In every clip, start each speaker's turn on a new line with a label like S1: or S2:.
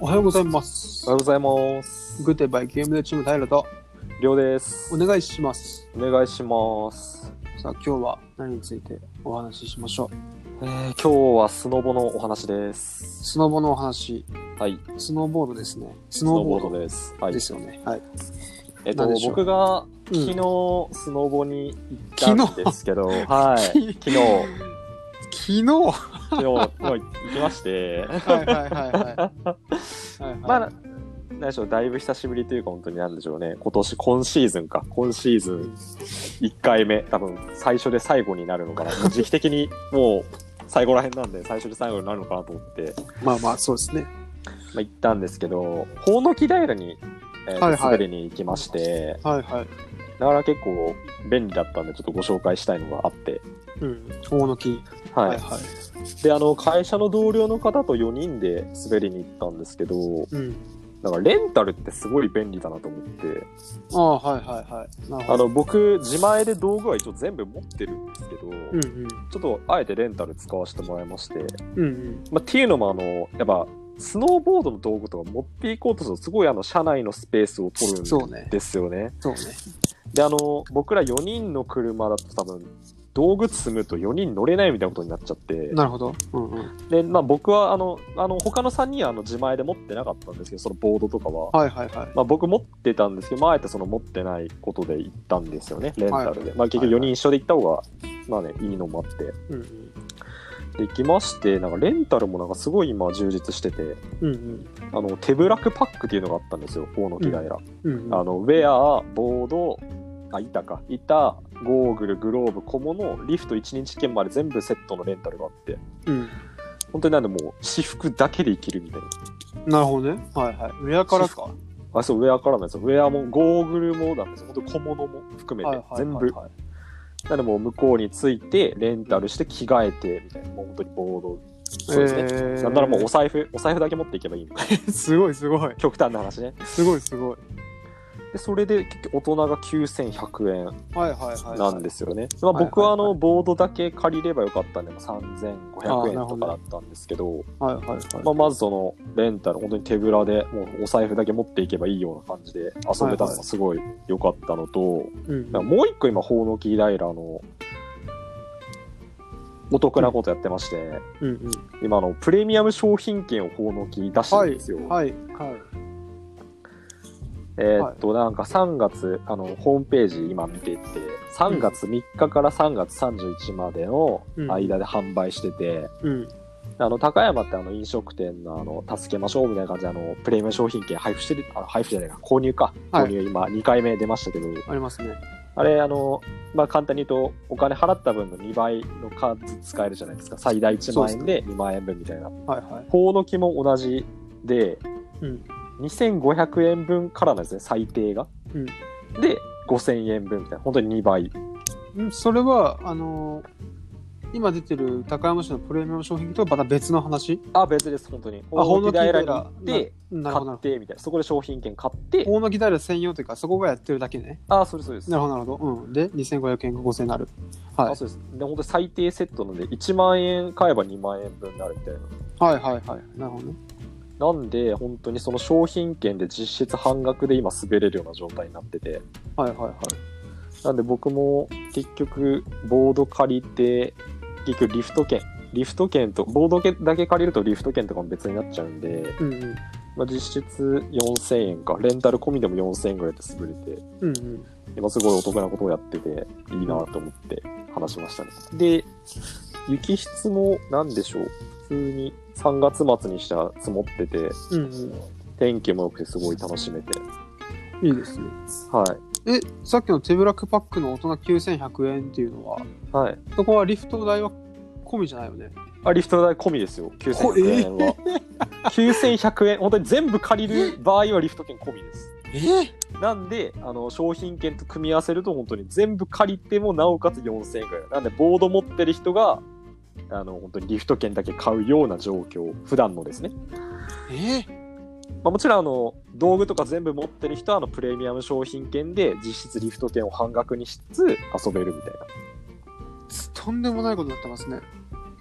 S1: おはようございます
S2: おは。ようございます。
S1: グテバイゲームでチーム平と
S2: りょうです。
S1: お
S2: お
S1: 願いします。
S2: 願いします。
S1: さあ今日は何についてお話ししましょう。
S2: えー今日はスノボのお話です。
S1: スノボのお話、
S2: はい。
S1: スノーボードですね。ス
S2: スノ
S1: ノ
S2: ー
S1: ー
S2: ボ
S1: ボ
S2: ー
S1: ー
S2: ドです。は
S1: ド
S2: い
S1: で。すよね。はい。
S2: えっと
S1: 何でしょう
S2: 僕が
S1: うん
S2: 昨日スノボに行ったんですけど、はい。昨
S1: 昨
S2: 日
S1: 日。 は
S2: 昨日昨日行きまして、
S1: いはいはいはい。はいはい
S2: まあ何でしょうだいぶ久しぶりというか本当になんでしょうね。今年今シーズンか今シーズン1回目多分最初で最後になるの かな。もう時期的にもう最後らへんなんで最初で最後になるのかなと思って。
S1: まあまあそうですね。
S2: まあ、行ったんですけど、ホノキ平に、えーと
S1: はいはい
S2: 滑りに行きまして、
S1: はいはい。
S2: だから結構便利だったんで、ちょっとご紹介したいのがあって、
S1: うん。大野木。
S2: はい
S1: はいはい。
S2: であの会社の同僚の方と4人で滑りに行ったんですけど、
S1: うん。
S2: なんかレンタルってすごい便利だなと思って、
S1: ああはいはいはい。なる
S2: あ
S1: ほど。
S2: の僕、自前で道具は一応全部持ってるんですけど、
S1: うん
S2: ちょっとあえてレンタル使わせてもらいまして、
S1: うんうんうん。
S2: まあ、っていうのもあの、やっぱ、スノーボードの道具とか持っていこうとすると、すごいあの車内のスペースを取る
S1: そうんね
S2: ですよね。
S1: そうね。
S2: であの僕ら4人の車だと多分道具積むと4人乗れないみたいなことになっちゃって
S1: なるほど。うんうん。
S2: で、まあ、僕はあのあの他の3人はあの自前で持ってなかったんですけどそのボードとかは、
S1: はいはいはい。
S2: まあ、僕持ってたんですけど、まあ、あえてその持ってないことで行ったんですよねレンタルで、まあ、結局4人一緒で行った方が、まあね、いいのもあって
S1: うんうん。
S2: で行きましてなんかレンタルもなんかすごい今充実してて
S1: うん
S2: あの手ぶらくパックっていうのがあったんですよ大野木平、
S1: うん。うんうん。
S2: あのウェア、ボード、あ、板か、板、ゴーグル、グローブ、小物、リフト1日券まで全部セットのレンタルがあって、
S1: うん。
S2: 本当になんでもう、私服だけでいけるみたいな。
S1: なるほどね。はいはい。上からか。
S2: あ、そう、ウェアからなんですよ。ウェアも、ゴーグルもなんですよ。本当に小物も含めて、全部。なんでもう向こうについて、レンタルして着替えて、みたいな。もう本当にボード。そうですね。
S1: えー
S2: なんならもうお財布、お財布だけ持っていけばいいみたい な。
S1: すごいすごい。
S2: 極端な話ね。
S1: すごいすごい。
S2: で、それで結局大人が9100円。
S1: はいはいはい。。
S2: なんですすよね。まあ、
S1: はい
S2: 僕はあ
S1: はい
S2: の
S1: は
S2: ボードだけ借りればよかったんで、まあ3500円
S1: あーなるほ
S2: と
S1: ど
S2: かだったんですけど、
S1: はいはいはい。
S2: まあ、まずそのレンタル、本当に手ぶらで、もうお財布だけ持っていけばいいような感じで遊べたのがすごい良かったのと、
S1: うん
S2: だからもう一個今、ホーノキライラのお得なことやってまして、
S1: うん
S2: 今あの、プレミアム商品券をホーノキ出してるんですよ。
S1: うん。はいはい。
S2: えーっと、なんか3月、あの、ホームページ今見てて、3月3日から3月31日までの間で販売してて、
S1: うん。
S2: あの、高山ってあの、飲食店のあの、助けましょうみたいな感じで、あの、プレミアム商品券配布してる、あの配布じゃないか、購入か。
S1: はい
S2: 購入今2回目出ましたけど、
S1: ありますね。
S2: あれ、あの、まあ、簡単に言うと、お金払った分の2倍の数使えるじゃないですか。最大1万円で2万円分みたいな。
S1: はいはい。
S2: 法の木も同じで、
S1: うん
S2: 2500円分からなんですね最低が、
S1: うん
S2: で5000円分みたいな本当に2倍
S1: うん。それは、あのー、今出てる高山市のプレミアム商品とはまた別の話
S2: あ別です本当に
S1: あ
S2: 法の木平に
S1: 法の
S2: 行っ
S1: 木平
S2: て
S1: なる
S2: 買
S1: ほどな
S2: っ
S1: るほ
S2: てみたいなそこで商品券買って
S1: ど。大野木平専用というか、そこがやってるだけね。
S2: あそうですそうです
S1: なるほどなるほど。うん。で、2500円が5000円になる。は
S2: あ
S1: い。
S2: そうですで本当に最低セットなので1万円買えば2万円分になるみたいな
S1: はいはいはい。なるほどね。
S2: なんで本当にその商品券で実質半額で今滑れるような状態になってて
S1: はいはいはい。
S2: なんで僕も結局ボード借りて結局リフト券リフト券とボード券だけ借りるとリフト券とかも別になっちゃうんで、
S1: うんうん。
S2: まあ、実質4000円かレンタル込みでも4000円ぐらいで優れて
S1: うんうん。
S2: 今すごいお得なことをやってていいなと思って話しましたね、で雪質も何でしょう普通に3月末にしたら積もってて
S1: うん
S2: 天気も良くてすごい楽しめて
S1: うん。いいですね。
S2: はい
S1: え、さっきの手ぶらクパックの大人9100円っていうのは、
S2: はい
S1: そこはリフト代は込みじゃないよね。
S2: あリフト代込みですよ
S1: こえ
S2: 9100円は、9100円本当に全部借りる場合はリフト券込みです
S1: え
S2: なんであの商品券と組み合わせると本当に全部借りてもなおかつ4000円ぐらいなんでボード持ってる人があの本当にリフト券だけ買うような状況普段のですね、
S1: え
S2: まあ、もちろんあの道具とか全部持ってる人はあのプレミアム商品券で実質リフト券を半額にしつつ遊べるみたいな
S1: とんでもないことになってますね。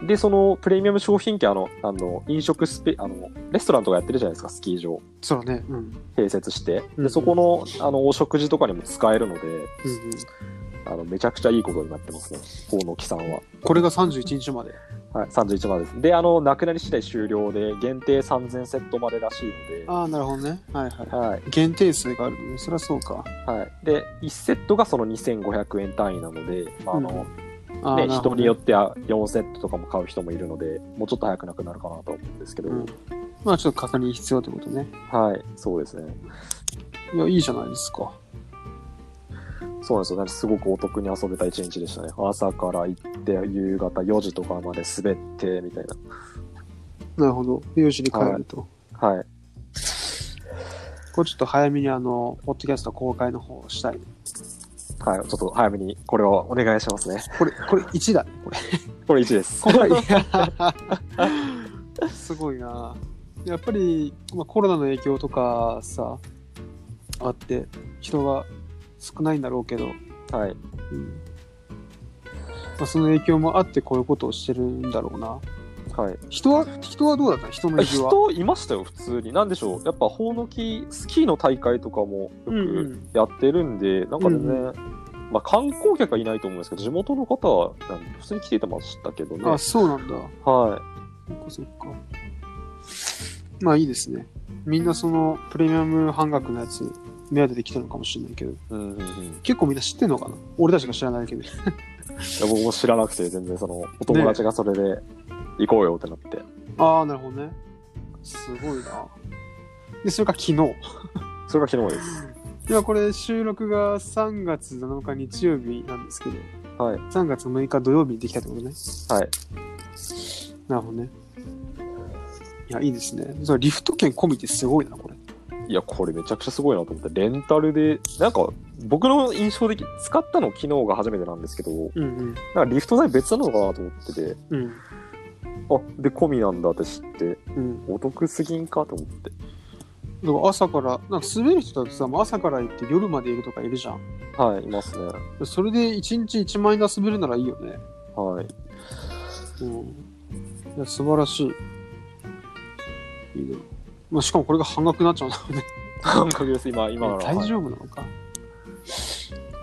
S2: で、そのプレミアム商品券、あの、あの飲食スペ、あの、レストランとかやってるじゃないですか、スキー場。
S1: そうだね。うん。
S2: 併設して。
S1: うん
S2: で、そこの、あの、お食事とかにも使えるので、
S1: うんうん
S2: あの、めちゃくちゃいいことになってますね、大野木さんは。
S1: これが31日まで。
S2: はい、31までです。で、あの、なくなり次第終了で、限定3000セットまでらしいの
S1: ああ、なるほどね。はいはい。
S2: で、はい、
S1: 限定数があるのね。そりゃそうか。
S2: はい。で、1セットがその2500円単位なので、まあ、あの、
S1: うん
S2: ね
S1: あーなるほ
S2: 人
S1: ど
S2: によっては4セットとかも買う人もいるので、もうちょっと早くなくなるかなと思うんですけど、
S1: うんまあちょっと確認必要ってことね。
S2: はい、そうですね。
S1: いや、いいじゃないですか。
S2: そうなんですよ。なんかすごくお得に遊べた一日でしたね。朝から行って、夕方4時とかまで滑って、みたいな。
S1: なるほど。4時に帰ると。
S2: はい。
S1: これちょっと早めにあの、ポッドキャスト公開の方をしたい。
S2: はい、ちょっと早めにこれをお願いしますね。
S1: これ、これ1だ。これ。
S2: これ1です。
S1: これいやすごいな。やっぱり、まあ、コロナの影響とかさ、あって、人が少ないんだろうけど、
S2: はい。
S1: うんまあ、その影響もあってこういうことをしてるんだろうな。
S2: はい。
S1: 人は、人はどうだった人の入りは。
S2: 人いましたよ、普通に。なんでしょう。やっぱ、ほうのき、スキーの大会とかもよ
S1: うんう
S2: く
S1: ん
S2: やってるんで、なんか全然、
S1: う
S2: まあ、観光客はいないと思うんですけど、地元の方はなんか普通に来てましたけどね。
S1: あ、そうなんだ。
S2: は
S1: そっかそっか。まあいいですね。みんなそのプレミアム半額のやつ目当てで来たのかもしれないけど、
S2: い。うんうんうん。いや
S1: 結構みんな知ってんのかな俺たちが知らないけど。
S2: 僕も知らなくて、全然その、お友達がそれで行こうよってなって。
S1: ああ、なるほどね。すごいな。で、それが昨日。
S2: それが昨日です。
S1: 今これ収録が3月7日日曜日なんですけど、
S2: はい。
S1: 3月6日土曜日にできたってことね。
S2: はい。
S1: なるほどね。いや、いいですね。それリフト券込みってすごいな、これ。
S2: いや、これめちゃくちゃすごいなと思って、レンタルで、なんか、僕の印象的、使ったの昨日が初めてなんですけど、
S1: うんうん。
S2: なんかリフト代別なのかなと思ってて、
S1: うん。
S2: あ、で、込みなんだって知って、
S1: うん。
S2: お得すぎんかと思って。
S1: だから朝から、なんか滑る人だとさ、もう朝から行って夜までいるとかいるじゃん。
S2: はい、いますね。
S1: それで1日1万円で遊べるならいいよね。
S2: はい。
S1: うん。いや、素晴らしい。いいね。まあ、しかもこれが半額になっちゃうんだもんね。
S2: 半額です、今、今のは。
S1: 大
S2: 夫
S1: 丈夫なのか。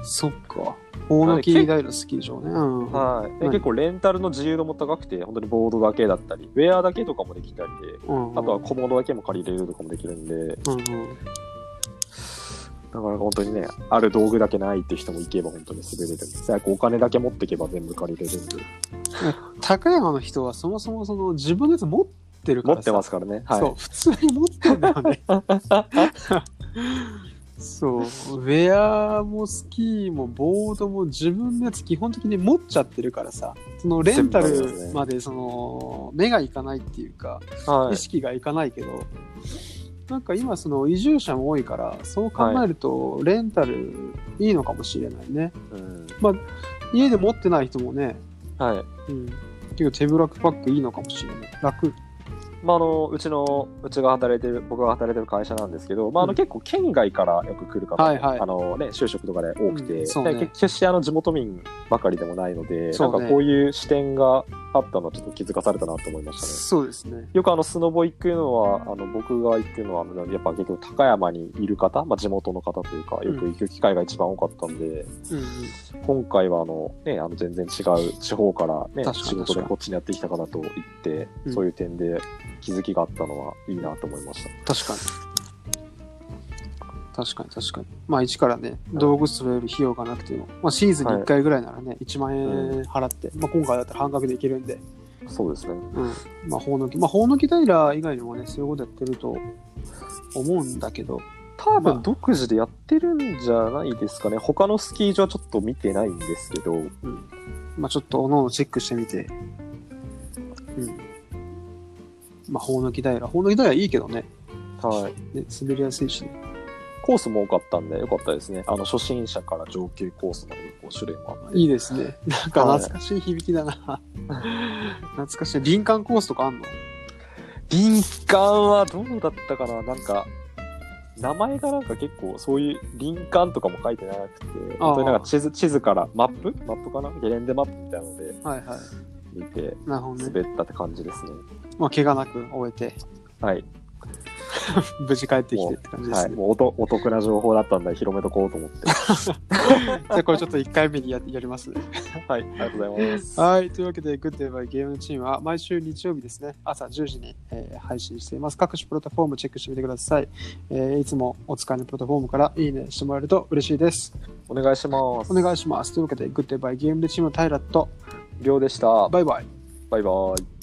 S1: そっか。大泣き平スキー場ね。うん。
S2: はい。で
S1: はい
S2: 結構、レンタルの自由度も高くて、本当にボードだけだったり、ウェアだけとかもできたりで、
S1: うんうん、
S2: あとは小物だけも借りれるとかもできるんで、
S1: うんうん、
S2: なかなか本当にね、ある道具だけないって人もいけば本当に滑れるんで、最悪お金だけ持っていけば全部借りれるんで、
S1: 高山の人はそもそもその自分のやつ持ってるか
S2: 持
S1: ら
S2: ってますからね。はい。
S1: そう普通に持ってんだよ ねそうウェアもスキーもボードも自分のやつ基本的に持っちゃってるからさそのレンタ
S2: 全部あります
S1: ル
S2: ね
S1: までその目がいかないっていうか、
S2: は
S1: 意識がいかないけどなんか今その移住者も多いからそう考えるとレンタルいいのかもしれないね、
S2: い。うん。
S1: 家で持ってない人もね、
S2: はい。
S1: うん、結構手ぶらくパックいいのかもしれない楽
S2: まあ、あのうちのうちが働いてる僕が働いてる会社なんですけど、まあ、あ
S1: う
S2: の
S1: ん
S2: 結構県外からよく来る方も、
S1: はいはい
S2: あのね、就職とかで多くて、
S1: うんそうね
S2: で決してあの地元民ばかりでもないので、
S1: そ
S2: な
S1: うんね
S2: かこういう視点があったのはちょっと気づかされたなと思いましたね。
S1: そうですね
S2: よくあのスノボ行くのはあの僕が行くのはあのやっぱ結局高山にいる方、まあ、地元の方というかよく行く機会が一番多かったんで、
S1: うんうん
S2: 今回はあの、ね、あの全然違う地方から、
S1: 確
S2: ね、
S1: かに
S2: 仕事
S1: 確か
S2: で
S1: に
S2: こっちにやってきた方と行って、
S1: うん
S2: そういう点で気づきがあったのはいいなと思いました。
S1: 確かに確かに確かにまあ一からね道具揃える費用がなくても、まあ、シーズンに1回ぐらいならね、1万円払って、まあ、今回だったら半額でいけるんで、
S2: そうですね。
S1: うん、まあほうのきまあほうのき平以外にもねそういうことやってると思うんだけど
S2: 多
S1: まあ
S2: 分独自でやってるんじゃないですかね。他のスキー場はちょっと見てないんですけど、
S1: まあちょっとおのおのチェックしてみてうんまあほうのき平ほうのき平いいけどね
S2: はい。
S1: ね滑りやすいし、ね、
S2: コースも多かったんで、よかったですね。あの、初心者から上級コースまでこう種類もあって。
S1: いいですねなんか懐かしい響きだな懐かしい林間コースとかあんの
S2: 敏感はどうだったかななんか、名前がなんか結構そういう林間とかも書いてなくて、
S1: あー
S2: 本当になんか地図地図からマップマップかなゲレンデマップみたいなので、
S1: はいはい
S2: 見て
S1: なるほどね。
S2: 滑ったって感じですね。
S1: まあ、怪我なく終えて、
S2: はい。
S1: 無事帰ってきてって感じで
S2: は
S1: す
S2: い。
S1: ね。
S2: もうおとお得な情報だったんで広めとこうと思って。
S1: じゃあ、これちょっと1回目にややります。
S2: はい。ありがとうございます。
S1: はい、というわけで、グッデイバイゲームのチームは毎週日曜日ですね、朝10時に、えー配信しています。各種プラットフォームチェックしてみてください、えーいつもお使いのプラットフォームからいいねしてもらえると嬉しいです。
S2: お願いします。
S1: お願いします。というわけで、グッデイバイゲームのチームの平と、
S2: りょうでした。バ
S1: バイバイ。
S2: イバイ。